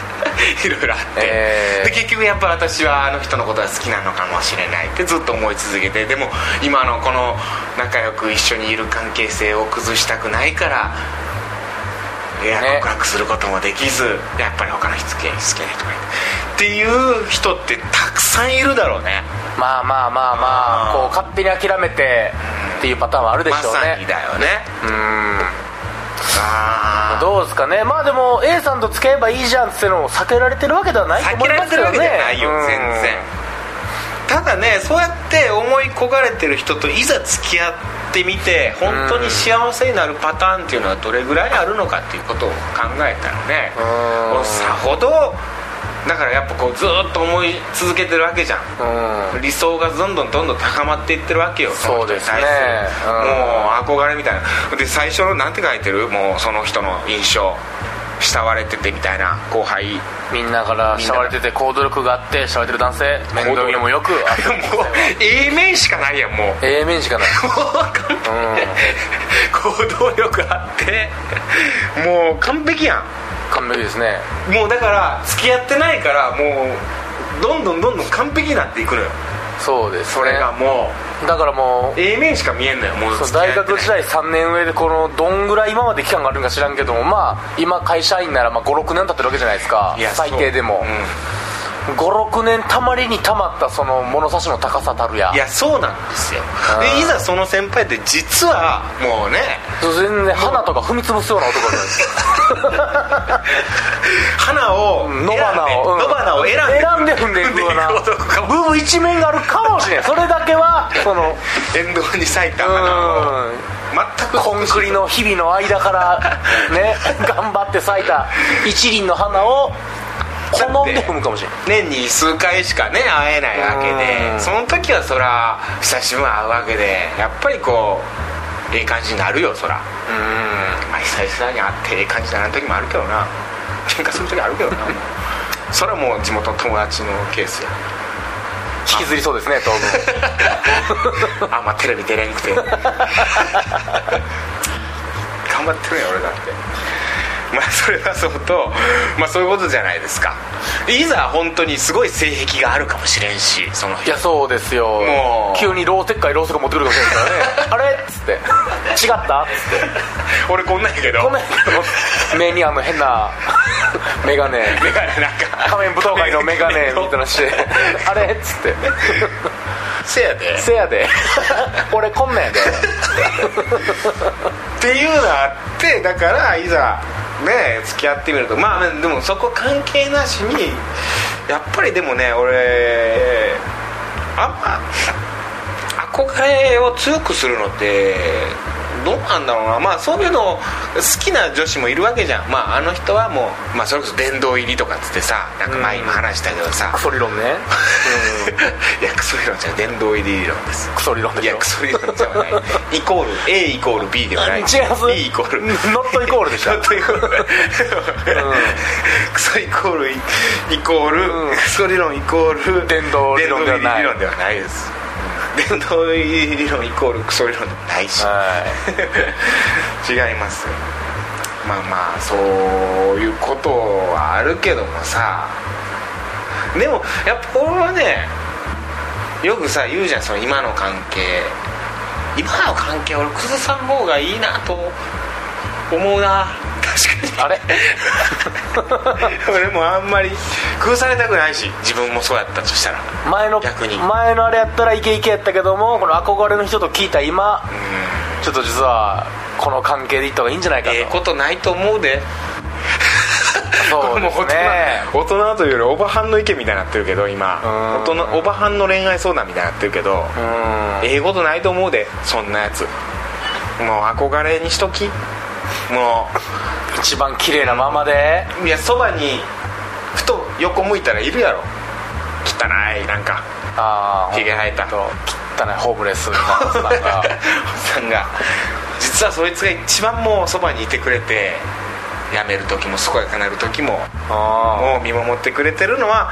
Speaker 1: いろいろあって、
Speaker 2: えー
Speaker 1: で結局やっぱ私はあの人のことが好きなのかもしれないってずっと思い続けてでも今のこの仲良く一緒にいる関係性を崩したくないからいや
Speaker 2: ね
Speaker 1: 告白することもできず、やっぱり他の人好きな人がいるっていう人ってたくさんいるだろうね
Speaker 2: まあまあまあま
Speaker 1: あ
Speaker 2: あ
Speaker 1: ー
Speaker 2: こう勝手に諦めてっていうパターンはあるでし
Speaker 1: ま
Speaker 2: ょう
Speaker 1: さに
Speaker 2: ね
Speaker 1: だよね
Speaker 2: うーん
Speaker 1: ああ
Speaker 2: どうですかねまあでも A さんと付き合えばいいじゃんっていうのを避けられてるわけではないと
Speaker 1: 避
Speaker 2: 思
Speaker 1: け
Speaker 2: い
Speaker 1: ら
Speaker 2: ま
Speaker 1: れ
Speaker 2: す
Speaker 1: て
Speaker 2: よ
Speaker 1: る
Speaker 2: ね
Speaker 1: わけじゃないよ
Speaker 2: うん
Speaker 1: 全然ただねそうやって思い焦がれてる人といざ付き合ってみて本当に幸せになるパターンっていうのはどれぐらいあるのかっていうことを考えたらね
Speaker 2: うん
Speaker 1: さほどだからやっぱこうずーっと思い続けてるわけじゃん
Speaker 2: うん
Speaker 1: 理想がどんどんどんどん高まっていってるわけよ
Speaker 2: そうです
Speaker 1: その人
Speaker 2: ね
Speaker 1: に対する
Speaker 2: うん
Speaker 1: もう憧れみたいなで最初のなんて書いてるもうその人の印象慕われててみたいな後輩
Speaker 2: みんなから慕われてて行動力があって慕われてる男性面倒見もよくあ
Speaker 1: もう A 面しかないやんもう
Speaker 2: ええ面しかない
Speaker 1: 行動力あってもう完璧や
Speaker 2: 完璧ですね
Speaker 1: んもうだから付き合ってないからもうどんどんどんどん完璧になっていくのよ
Speaker 2: そうです
Speaker 1: そ
Speaker 2: ね
Speaker 1: れがも
Speaker 2: だからもう
Speaker 1: う A 面しか見えんのよもう
Speaker 2: そう
Speaker 1: 付き合っ
Speaker 2: 大
Speaker 1: てない
Speaker 2: 学時代3年上でこのどんぐらい今まで期間があるんか知らんけどもまあ今会社員ならまあ56年経ってるわけじゃないですか
Speaker 1: いや
Speaker 2: 最低でも
Speaker 1: そう、
Speaker 2: 56年たまりにたまったその物差しの高さたるや
Speaker 1: うんいやそうなんですよ
Speaker 2: あー
Speaker 1: でいざその先輩って実はもうね
Speaker 2: 全然花とか踏み潰すような男じゃないですか
Speaker 1: 花を選んで
Speaker 2: 野花を、うん
Speaker 1: 野花を選んで
Speaker 2: 選んで踏んでいくような
Speaker 1: 踏んでいく 男
Speaker 2: 部分一面があるかもしれないそれだけはその
Speaker 1: 沿道に咲いた花を
Speaker 2: うん
Speaker 1: 全く
Speaker 2: コンクリの日々の間からね頑張って咲いた一輪の 花を好んで踏むかもしれない
Speaker 1: 年に数回しかね会えないわけ
Speaker 2: うん
Speaker 1: でその時はそら久しぶりに会うわけでやっぱりこうええ感じになるよそらまあ久々に会ってええ感じになる時もあるけどな喧嘩する時あるけどなそれはもう地元の友達のケースや
Speaker 2: 引きずりそうですね当 分
Speaker 1: あんまテレビ出れんくて頑張ってるやん俺だってまあそれはそうと、まあ、そういうことじゃないですかいざ本当にすごい性癖があるかもしれんしその
Speaker 2: い
Speaker 1: 人
Speaker 2: やそうですよ
Speaker 1: もう
Speaker 2: 急にローテッカイローソク持ってくるかもしれないから ねあれっつって違ったっつって
Speaker 1: 俺こんなんやけど
Speaker 2: ごめんこの目にあの変なメガネ
Speaker 1: メガネなんか
Speaker 2: 仮面舞踏会のメガネみたいなのしてあれっつって
Speaker 1: せやで
Speaker 2: せ やで俺こんなんやで
Speaker 1: っていうのがあってだからいざね付き合ってみるとまあでもそこ関係なしにやっぱりでもね俺あんま憧れを強くするのってどうなんだろうなまあそういうの好きな女子もいるわけじゃんまああの人はもう、まあ、それこそ殿堂入りとかっつってさなんか前にも話したけどさ、
Speaker 2: クソ理論ね、
Speaker 1: いやクソ理論じゃん殿堂入り理論です
Speaker 2: クソ理論で
Speaker 1: い
Speaker 2: し
Speaker 1: や
Speaker 2: ょ
Speaker 1: クソ理論じゃないイコール A イコール B ではない
Speaker 2: 違います
Speaker 1: B イコール
Speaker 2: ノットイコールでしょ
Speaker 1: ノ ットイコールクソイコールイイコール、
Speaker 2: うん
Speaker 1: クソ理論イコール
Speaker 2: 殿堂理論ではない
Speaker 1: 殿堂入り理論ではないです伝統理論イコールクソ理論でもないし
Speaker 2: はい
Speaker 1: 違いますよまあまあそういうことはあるけどもさでもやっぱ俺はねよくさ言うじゃんその今の関係今の関係俺崩さん方がいいなと思うな確かに
Speaker 2: あれ
Speaker 1: 俺もあんまり崩されたくないし自分もそうやったとしたら
Speaker 2: 前の
Speaker 1: 逆に
Speaker 2: 前のあれやったらイケイケやったけどもこの憧れの人と聞いた今
Speaker 1: うん
Speaker 2: ちょっと実はこの関係でいった方がいいんじゃないかと、
Speaker 1: ええことないと思うで
Speaker 2: そう で
Speaker 1: もう
Speaker 2: すね
Speaker 1: 大人大人というよりおばはんの意見みたいになってるけど今
Speaker 2: うん
Speaker 1: 大人おばはんの恋愛相談みたいになってるけど
Speaker 2: うん
Speaker 1: ええことないと思うでそんなやつもう憧れにしときも
Speaker 2: 一番綺麗なままで
Speaker 1: ういやそばにふと横向いたらいるやろ汚いなんか
Speaker 2: ああ
Speaker 1: ひげ生えた
Speaker 2: と汚いホームレスみたいなやつなん か
Speaker 1: おっさんが実はそいつが一番もうそばにいてくれて辞める時も健やかなる時も
Speaker 2: あ
Speaker 1: を見守ってくれてるのは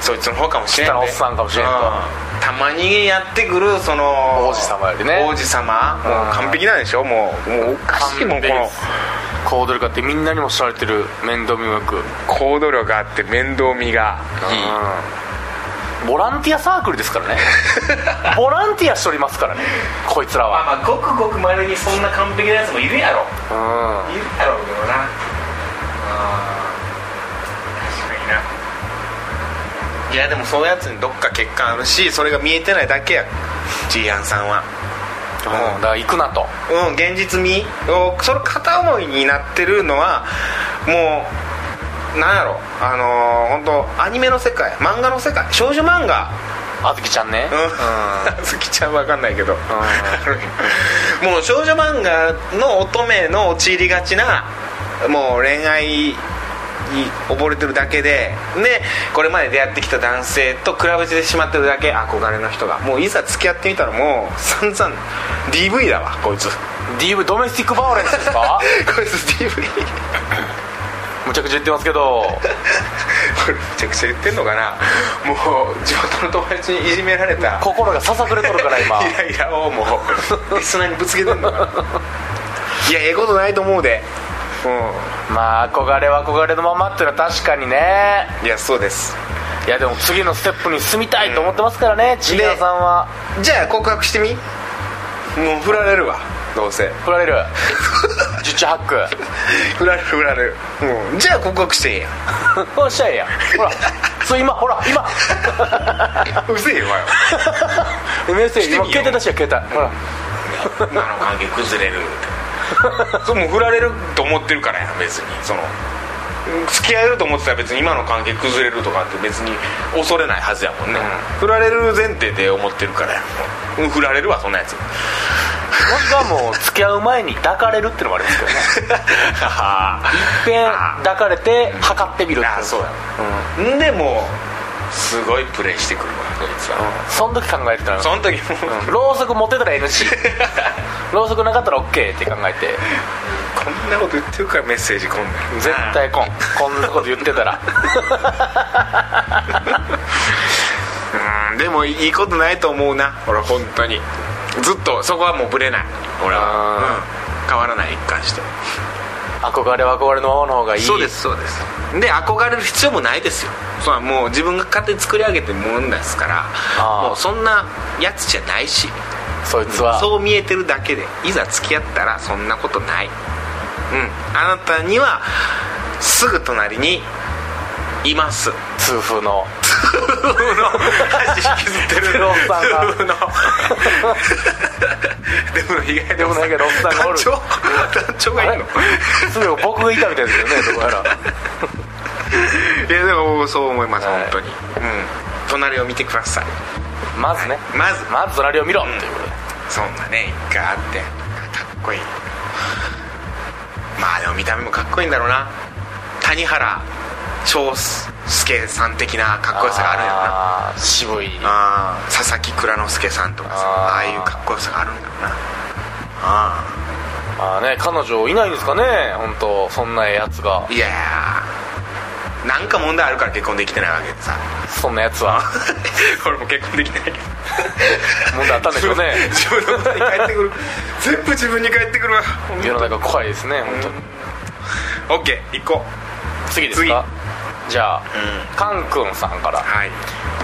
Speaker 1: そいつの方かもしれん
Speaker 2: 汚いおっさんかもしれんと
Speaker 1: うんたまにやってくるその
Speaker 2: 王子様よりね
Speaker 1: 王子様もう完璧なんでしょもうもうおかしいもんこの
Speaker 2: あコードル化ってみんなにも知られてる面倒見もよく
Speaker 1: 行動力があって面倒見が
Speaker 2: うんボランティアサークルです からねボランティアしておりますからねこいつらは
Speaker 1: まあごくごくまれにそんな完璧なやつもいるやろ
Speaker 2: うん
Speaker 1: いるやろうけどな確かにないやでもそういうやつにどっか欠陥あるしそれが見えてないだけやジーアンさんは
Speaker 2: うんだから行くなと
Speaker 1: うん、現実味をその片思いになってるのはもうなんやろあのー、本当アニメの世界漫画の世界少女漫画
Speaker 2: あずきちゃんね
Speaker 1: うん、あずきちゃんわかんないけど、もう少女漫画の乙女の陥りがちなもう恋愛に溺れてるだけででこれまで出会ってきた男性と比べてしまってるだけ憧れの人がもういざ付き合ってみたらもう散々 DV だわこいつ
Speaker 2: DV ドメスティックバーレンスです か
Speaker 1: こいつ DV
Speaker 2: むちゃくちゃ言ってますけど
Speaker 1: これめちゃくちゃ言ってんのかな もう地元の友達にいじめられた
Speaker 2: 心がささくれとるから 今
Speaker 1: イライラをもう リスナーにぶつけてんのかないやええことないと思うでう
Speaker 2: まあ憧れは憧れのままっていうのは確かにね
Speaker 1: んいやそうです
Speaker 2: いやでも次のステップに進みたいと思ってますからねちいやさんは
Speaker 1: じゃあ告白してみもう振られるわどうせ
Speaker 2: 振られる十中八九
Speaker 1: 振られる振られる、うん、じゃあ告白していいや
Speaker 2: おっしゃいやほらそう今ほら今
Speaker 1: うせえよ
Speaker 2: メッセ
Speaker 1: し
Speaker 2: ージ
Speaker 1: てみよう
Speaker 2: 今携帯出したよ携帯ほら
Speaker 1: お前今の関係崩れるそれもう振られると思ってるからや別にその付き合えると思ってたら別に今の関係崩れるとかって別に恐れないはずやもんね、振られる前提で思ってるからやもううん振られるわそんなやつ
Speaker 2: 僕がもう付き合う前に抱かれるってのもありますけどねいっぺん抱かれて測ってみるって
Speaker 1: あそうや、ん、でもうすごいプレイしてくるわこいつは、
Speaker 2: その時考えてたら
Speaker 1: その時も
Speaker 2: ろうそく持ってた ら NG ろうそくなかったら OK って考えて
Speaker 1: こんなこと言ってるからメッセージ来んねん
Speaker 2: 絶対こんこんなこと言ってたら
Speaker 1: うんでもいいことないと思うな俺本当にずっとそこはもうぶれない俺は、うん変わらない一貫して
Speaker 2: 憧れは憧れのままの方がいい
Speaker 1: そうですそうですで憧れる必要もないですよそれはもう自分が勝手に作り上げてるもんですから
Speaker 2: あー
Speaker 1: もうそんなやつじゃないし
Speaker 2: そいつは
Speaker 1: そう見えてるだけでいざ付き合ったらそんなことないうんあなたにはすぐ隣にいます
Speaker 2: 痛風の
Speaker 1: 足引きずってる
Speaker 2: デブのおっさんが
Speaker 1: デブのデブの被害
Speaker 2: でもないけどおっさんがお
Speaker 1: 団
Speaker 2: る
Speaker 1: 長団長がい るの
Speaker 2: すぐ僕がいたみたいですけどねどこやら
Speaker 1: いやでもそう思います、
Speaker 2: はい
Speaker 1: 本当にうん隣を見てください
Speaker 2: まずね
Speaker 1: まず
Speaker 2: まず隣を見ろって
Speaker 1: ん
Speaker 2: いうことで
Speaker 1: そんなね一回あってかっこいいまあでも見た目もかっこいいんだろうな谷原章介さん的なかっこよさがあるんやろな
Speaker 2: あー渋い
Speaker 1: あー佐々木蔵之介さんとかさ
Speaker 2: あー
Speaker 1: ああいうかっこよさがあるんだろうなあ
Speaker 2: まあね彼女いないんですかね本当そんなやつが
Speaker 1: あいやーなんか問題あるから結婚できてないわけ でさ
Speaker 2: そんなやつは
Speaker 1: 俺も結婚できてないけど
Speaker 2: 問題あったんでしょうね
Speaker 1: 自分のことに返ってくる全部自分に返ってくるわ
Speaker 2: 世の中怖いですね本当に
Speaker 1: オッケー行こ
Speaker 2: 次ですかじゃあ、カンくんさんから
Speaker 1: うはい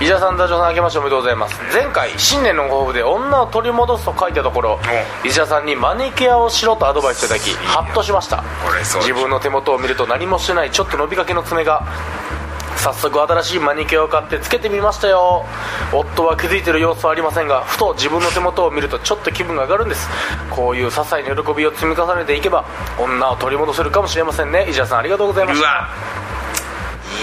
Speaker 2: 伊沢さんダジョウさん明けましておめでとうございます前回新年のご抱負で女を取り戻すと書いたところ伊沢さんにマニキュアをしろとアドバイスいただき
Speaker 1: いや
Speaker 2: ハッとしました
Speaker 1: これそうでし
Speaker 2: 自
Speaker 1: ょ
Speaker 2: 分の手元を見ると何もしてないちょっと伸びかけの爪が早速新しいマニキュアを買ってつけてみましたよ夫は気づいてる様子はありませんがふと自分の手元を見るとちょっと気分が上がるんですこういう些細な喜びを積み重ねていけば女を取り戻せるかもしれませんね伊沢さんありがとうございまし
Speaker 1: う
Speaker 2: た
Speaker 1: わ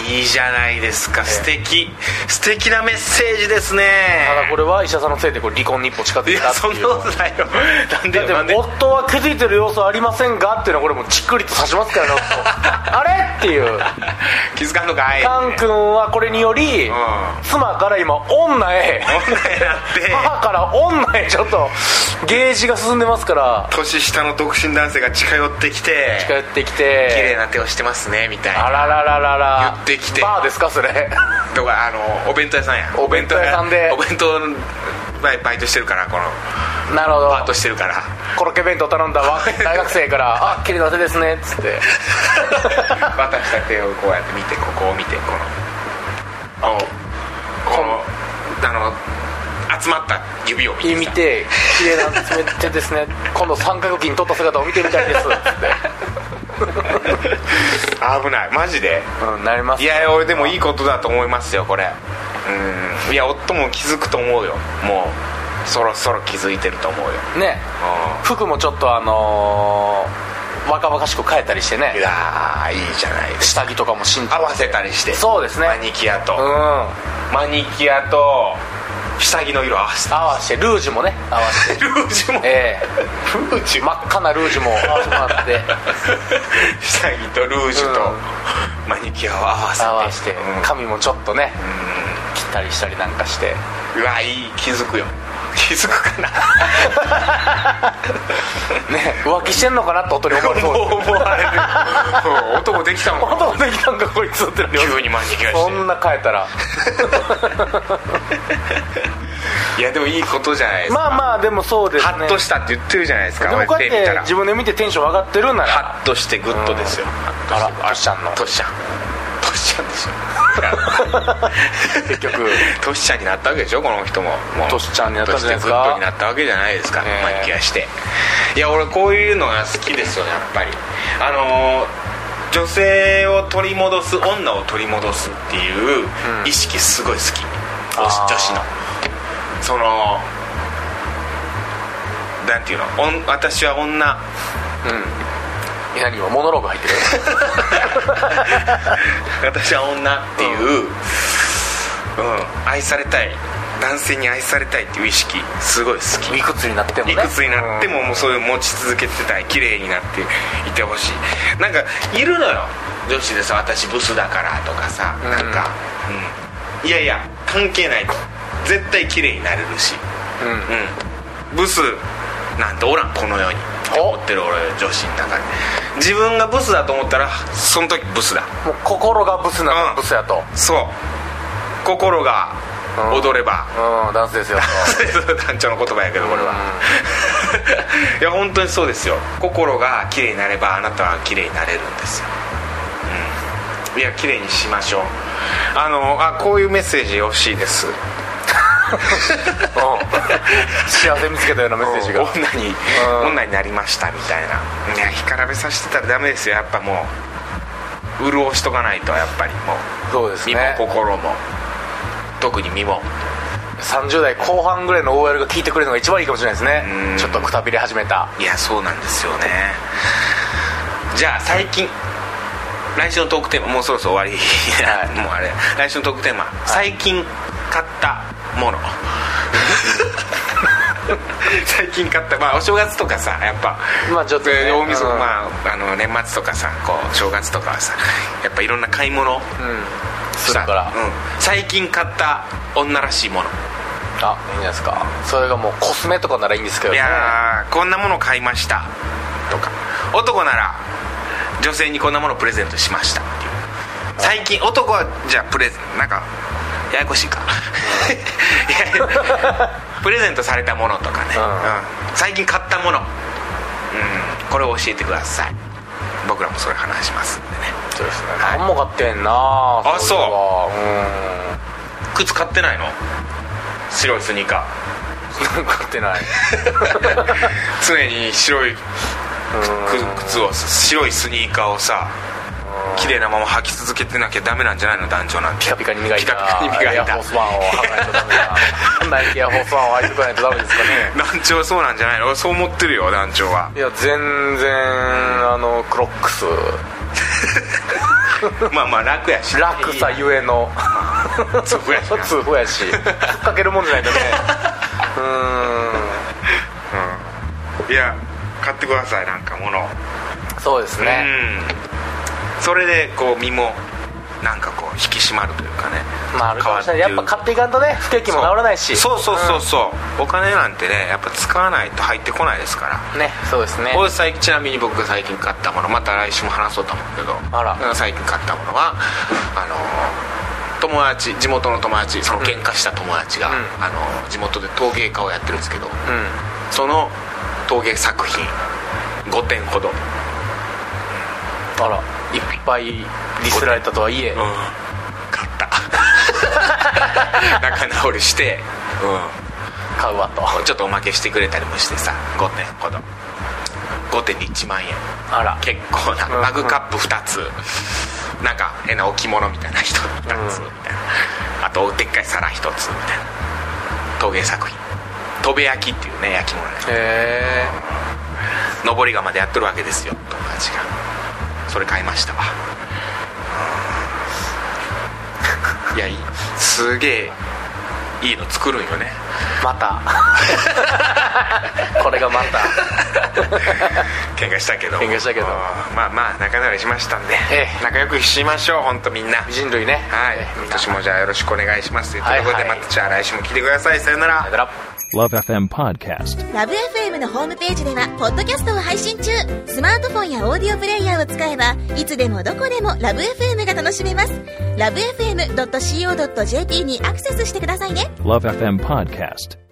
Speaker 1: いいじゃないですか素敵素敵なメッセージですね
Speaker 2: ただこれは医者さんのせいでこれ離婚に一歩近づ
Speaker 1: い
Speaker 2: いた
Speaker 1: や
Speaker 2: って
Speaker 1: そ
Speaker 2: い
Speaker 1: んな
Speaker 2: う
Speaker 1: ことないよなんでよ
Speaker 2: だ
Speaker 1: な
Speaker 2: っ
Speaker 1: ん
Speaker 2: て
Speaker 1: で
Speaker 2: 夫は気づいてる様子はありませんがっていうのはこれもうじっくりと刺しますからね夫 あれっていう
Speaker 1: 気づかんのかい
Speaker 2: カン君はこれにより、
Speaker 1: うん
Speaker 2: 妻から今女へ
Speaker 1: 女になって
Speaker 2: 母から女へちょっとゲージが進んでますから
Speaker 1: 年下の独身男性が近寄ってきて
Speaker 2: 近寄ってき
Speaker 1: 綺麗
Speaker 2: て
Speaker 1: な手をしてますねみたいな
Speaker 2: あららららら
Speaker 1: 言ってきて
Speaker 2: バーですか それ
Speaker 1: とかあのお弁当屋さんや
Speaker 2: お弁当屋さんで
Speaker 1: お弁当バイバイトしてるからこの
Speaker 2: なるほど
Speaker 1: パートしてる から
Speaker 2: コロッケ弁当頼んだ わ大学生から「あ綺麗な手ですね」っつ って
Speaker 1: 渡した手をこうやって見てここを見てこのこのあの集まった指を見て
Speaker 2: 見て綺麗な爪手ですね今度三角巾取った姿を見てみたいですっつって、
Speaker 1: 危ないマジで
Speaker 2: うん、なります
Speaker 1: いや俺でもいいことだと思いますよこれうんいや夫も気づくと思うよもうそろそろ気づいてると思うよ
Speaker 2: ね服もちょっとあのー若々しく変えたりして
Speaker 1: うんい
Speaker 2: ね
Speaker 1: やーいいじゃないですか
Speaker 2: 下着とかも新調
Speaker 1: 合わせたりして
Speaker 2: そうですね
Speaker 1: マニキュアと、
Speaker 2: うん合
Speaker 1: マニキュアと下着の色合わせた
Speaker 2: わせてルージュもね合わせて
Speaker 1: ルージュも
Speaker 2: え
Speaker 1: ルージ
Speaker 2: え真っ赤なルージュも合わせてもらって
Speaker 1: 下着とルージュと
Speaker 2: うん
Speaker 1: マニキュアを 合わせて
Speaker 2: 合わせて
Speaker 1: うん
Speaker 2: 髪もちょっとね切ったりしたりなん かして
Speaker 1: うわいい気づくよ気づくかな
Speaker 2: ね浮気してんのかなって音に思われそう
Speaker 1: もう思われるう ん男できたもん
Speaker 2: 音ができたんかこいつってなります
Speaker 1: 急にマニキュア
Speaker 2: そ
Speaker 1: し
Speaker 2: んな変えたら
Speaker 1: ていやでもいいことじゃないですか
Speaker 2: まあまあでもそうですね
Speaker 1: ハッとしたって言ってるじゃないですか
Speaker 2: でもこう
Speaker 1: 俺
Speaker 2: や
Speaker 1: 手見た
Speaker 2: って
Speaker 1: ら
Speaker 2: 自分で見てテンション上がってるなら
Speaker 1: ハッとしてグッとですよ
Speaker 2: あらトシちゃんの
Speaker 1: トシちゃんトシちゃんでしょ
Speaker 2: 結局
Speaker 1: トシちゃんになったわけでしょこの人ももう
Speaker 2: トシちゃんになったんじゃないですか
Speaker 1: トシちゃんグッドになったわけじゃないですか、
Speaker 2: ええ
Speaker 1: マニキュアしていや俺こういうのが好きですよやっぱりあのー女性を取り戻す女を取り戻すっていう
Speaker 2: うん
Speaker 1: 意識すごい好き、
Speaker 2: あー
Speaker 1: 女子のそのなんていうのおん私は女
Speaker 2: え何今モノローグ入ってる
Speaker 1: 私は女っていう、うん愛されたい男性に愛されたいっていう意識すごい好き
Speaker 2: いくつになってもね
Speaker 1: いくつになってももうそういう持ち続けてたい綺麗になっていてほしいなんかいるのよ女子でさ私ブスだからとかさ
Speaker 2: うん
Speaker 1: なんか、うんいやいや関係ないと絶対綺麗になれるし
Speaker 2: うん、うん
Speaker 1: うんブスなんておらんこの世にって思ってる俺女子の中で自分がブスだと思ったらその時ブスだ
Speaker 2: もう心がブスな
Speaker 1: うん
Speaker 2: らブスやと、うん
Speaker 1: そう心が踊れば、
Speaker 2: 男性ですよ
Speaker 1: 団長の言葉やけどこれは、いや本当にそうですよ心が綺麗になればあなたは綺麗になれるんですよ、うん、いや綺麗にしましょうあのあこういうメッセージ欲しいです
Speaker 2: 幸せ見つけたようなメッセージが
Speaker 1: 女に
Speaker 2: うん
Speaker 1: 女になりましたみたいないや干からべさせてたらダメですよやっぱもう潤しとかないとやっぱりもう
Speaker 2: そうです
Speaker 1: 身も
Speaker 2: ね
Speaker 1: 心も特に身も
Speaker 2: 30代後半ぐらいの OL が聞いてくれるのが一番いいかもしれないです
Speaker 1: う
Speaker 2: ね
Speaker 1: ん
Speaker 2: ちょっとくたびれ始めた
Speaker 1: いやそうなんですよねじゃあ最近来週のトークテーマもうそろそろ終わり、
Speaker 2: はい
Speaker 1: もうあれ来週のトークテーマ、最近買ったもの 最近買ったまあお正月とかさやっぱ
Speaker 2: まあちょっとね
Speaker 1: で大晦日
Speaker 2: うん
Speaker 1: まああの年末とかさこう正月とかはさやっぱいろんな買い物
Speaker 2: うん
Speaker 1: し
Speaker 2: する
Speaker 1: た
Speaker 2: から
Speaker 1: うん最近買った女らしいもの
Speaker 2: あいいんじゃないですかそれがもうコスメとかならいいんですけど
Speaker 1: い
Speaker 2: ね
Speaker 1: やーこんなもの買いましたとか男なら女性にこんなものプレゼントしましたっていう最近男はじゃあプレゼンなんかややこしいか いやプレゼントされたものとかね、
Speaker 2: うん
Speaker 1: うん最近買ったもの、うん、これを教えてください僕らもそれ話しますんでね
Speaker 2: そうですね
Speaker 1: はい
Speaker 2: 何も買ってんな
Speaker 1: あそう
Speaker 2: う
Speaker 1: 靴買ってないの白いスニーカ
Speaker 2: うん買っ てない
Speaker 1: ー常に白いく靴を白いスニーカーをさ綺麗なまま履き続けてなきゃダメなんじゃないの男女なんて
Speaker 2: ピカピカに磨いた
Speaker 1: ピカピカに磨い
Speaker 2: エア
Speaker 1: た
Speaker 2: フォースワンを履かないとダ メだナイキエアフォースワンを履いておかないとダメですかね
Speaker 1: 団長はそうなんじゃないの俺そう思ってるよ団長 はい
Speaker 2: や全然あのクロックス
Speaker 1: まあまあ楽やし
Speaker 2: 楽さゆえの
Speaker 1: そこやしな
Speaker 2: 通風やし引っかけるもんじゃないとねう
Speaker 1: いや買ってくださいなんか物を
Speaker 2: ーんそうです
Speaker 1: う
Speaker 2: ね、
Speaker 1: んそれでこう身もなんかこう引き締まるというかね
Speaker 2: まああるかもしれない
Speaker 1: 変
Speaker 2: やっ
Speaker 1: わ
Speaker 2: ぱ
Speaker 1: る
Speaker 2: 買っていかんとね不景気も治らないし
Speaker 1: そうそうそうそう、お金なんてねやっぱ使わないと入ってこないですから
Speaker 2: ねそうですね
Speaker 1: これ最近ちなみに僕が最近買ったものまた来週も話そうと思うけど
Speaker 2: あら
Speaker 1: うん最近買ったものはあのー友達地元の友達その喧嘩した友達が、
Speaker 2: うん
Speaker 1: あのー地元で陶芸家をやってるんですけど、
Speaker 2: うん
Speaker 1: その陶芸作品5点ほど、うん
Speaker 2: あらいっぱいディスられたとはいえ
Speaker 1: 買った 仲直りして、
Speaker 2: 買うわと
Speaker 1: うん、ちょっとおまけしてくれたりもしてさ5点ほど5点に1万円
Speaker 2: あら
Speaker 1: 結構な
Speaker 2: うん
Speaker 1: マグカップ2つなんか変な置物みたいな人2つ
Speaker 2: うん
Speaker 1: みたいなあとでっかい皿1つみたいな陶芸作品とべ焼きっていうね焼き物ね
Speaker 2: へ
Speaker 1: 上り窯でやってるわけですよ友達がそれ買いましたわいやいいすげえいいの作るんよね
Speaker 2: えま たこれがまた
Speaker 1: 喧嘩したけど
Speaker 2: 喧嘩したけど
Speaker 1: うんまあまあ仲直りしましたんで、
Speaker 2: ええ
Speaker 1: 仲良くしましょう本当みんな
Speaker 2: 人類ね
Speaker 1: はい
Speaker 2: ええ、みん
Speaker 1: 今
Speaker 2: な
Speaker 1: 年もじゃあよろしくお願いしますということ
Speaker 2: は
Speaker 1: で、
Speaker 2: いはい
Speaker 1: またじゃあ来週も来てください。さよなら
Speaker 2: さよ。なら
Speaker 3: Love FM Podcast.
Speaker 4: ラブ f m のホームページではポッドキャストを配信中スマートフォンやオーディオプレイヤーを使えばいつでもどこでもラブ f m が楽しめますラブ FM.co.jp にアクセスしてくださいね
Speaker 3: Love FM Podcast.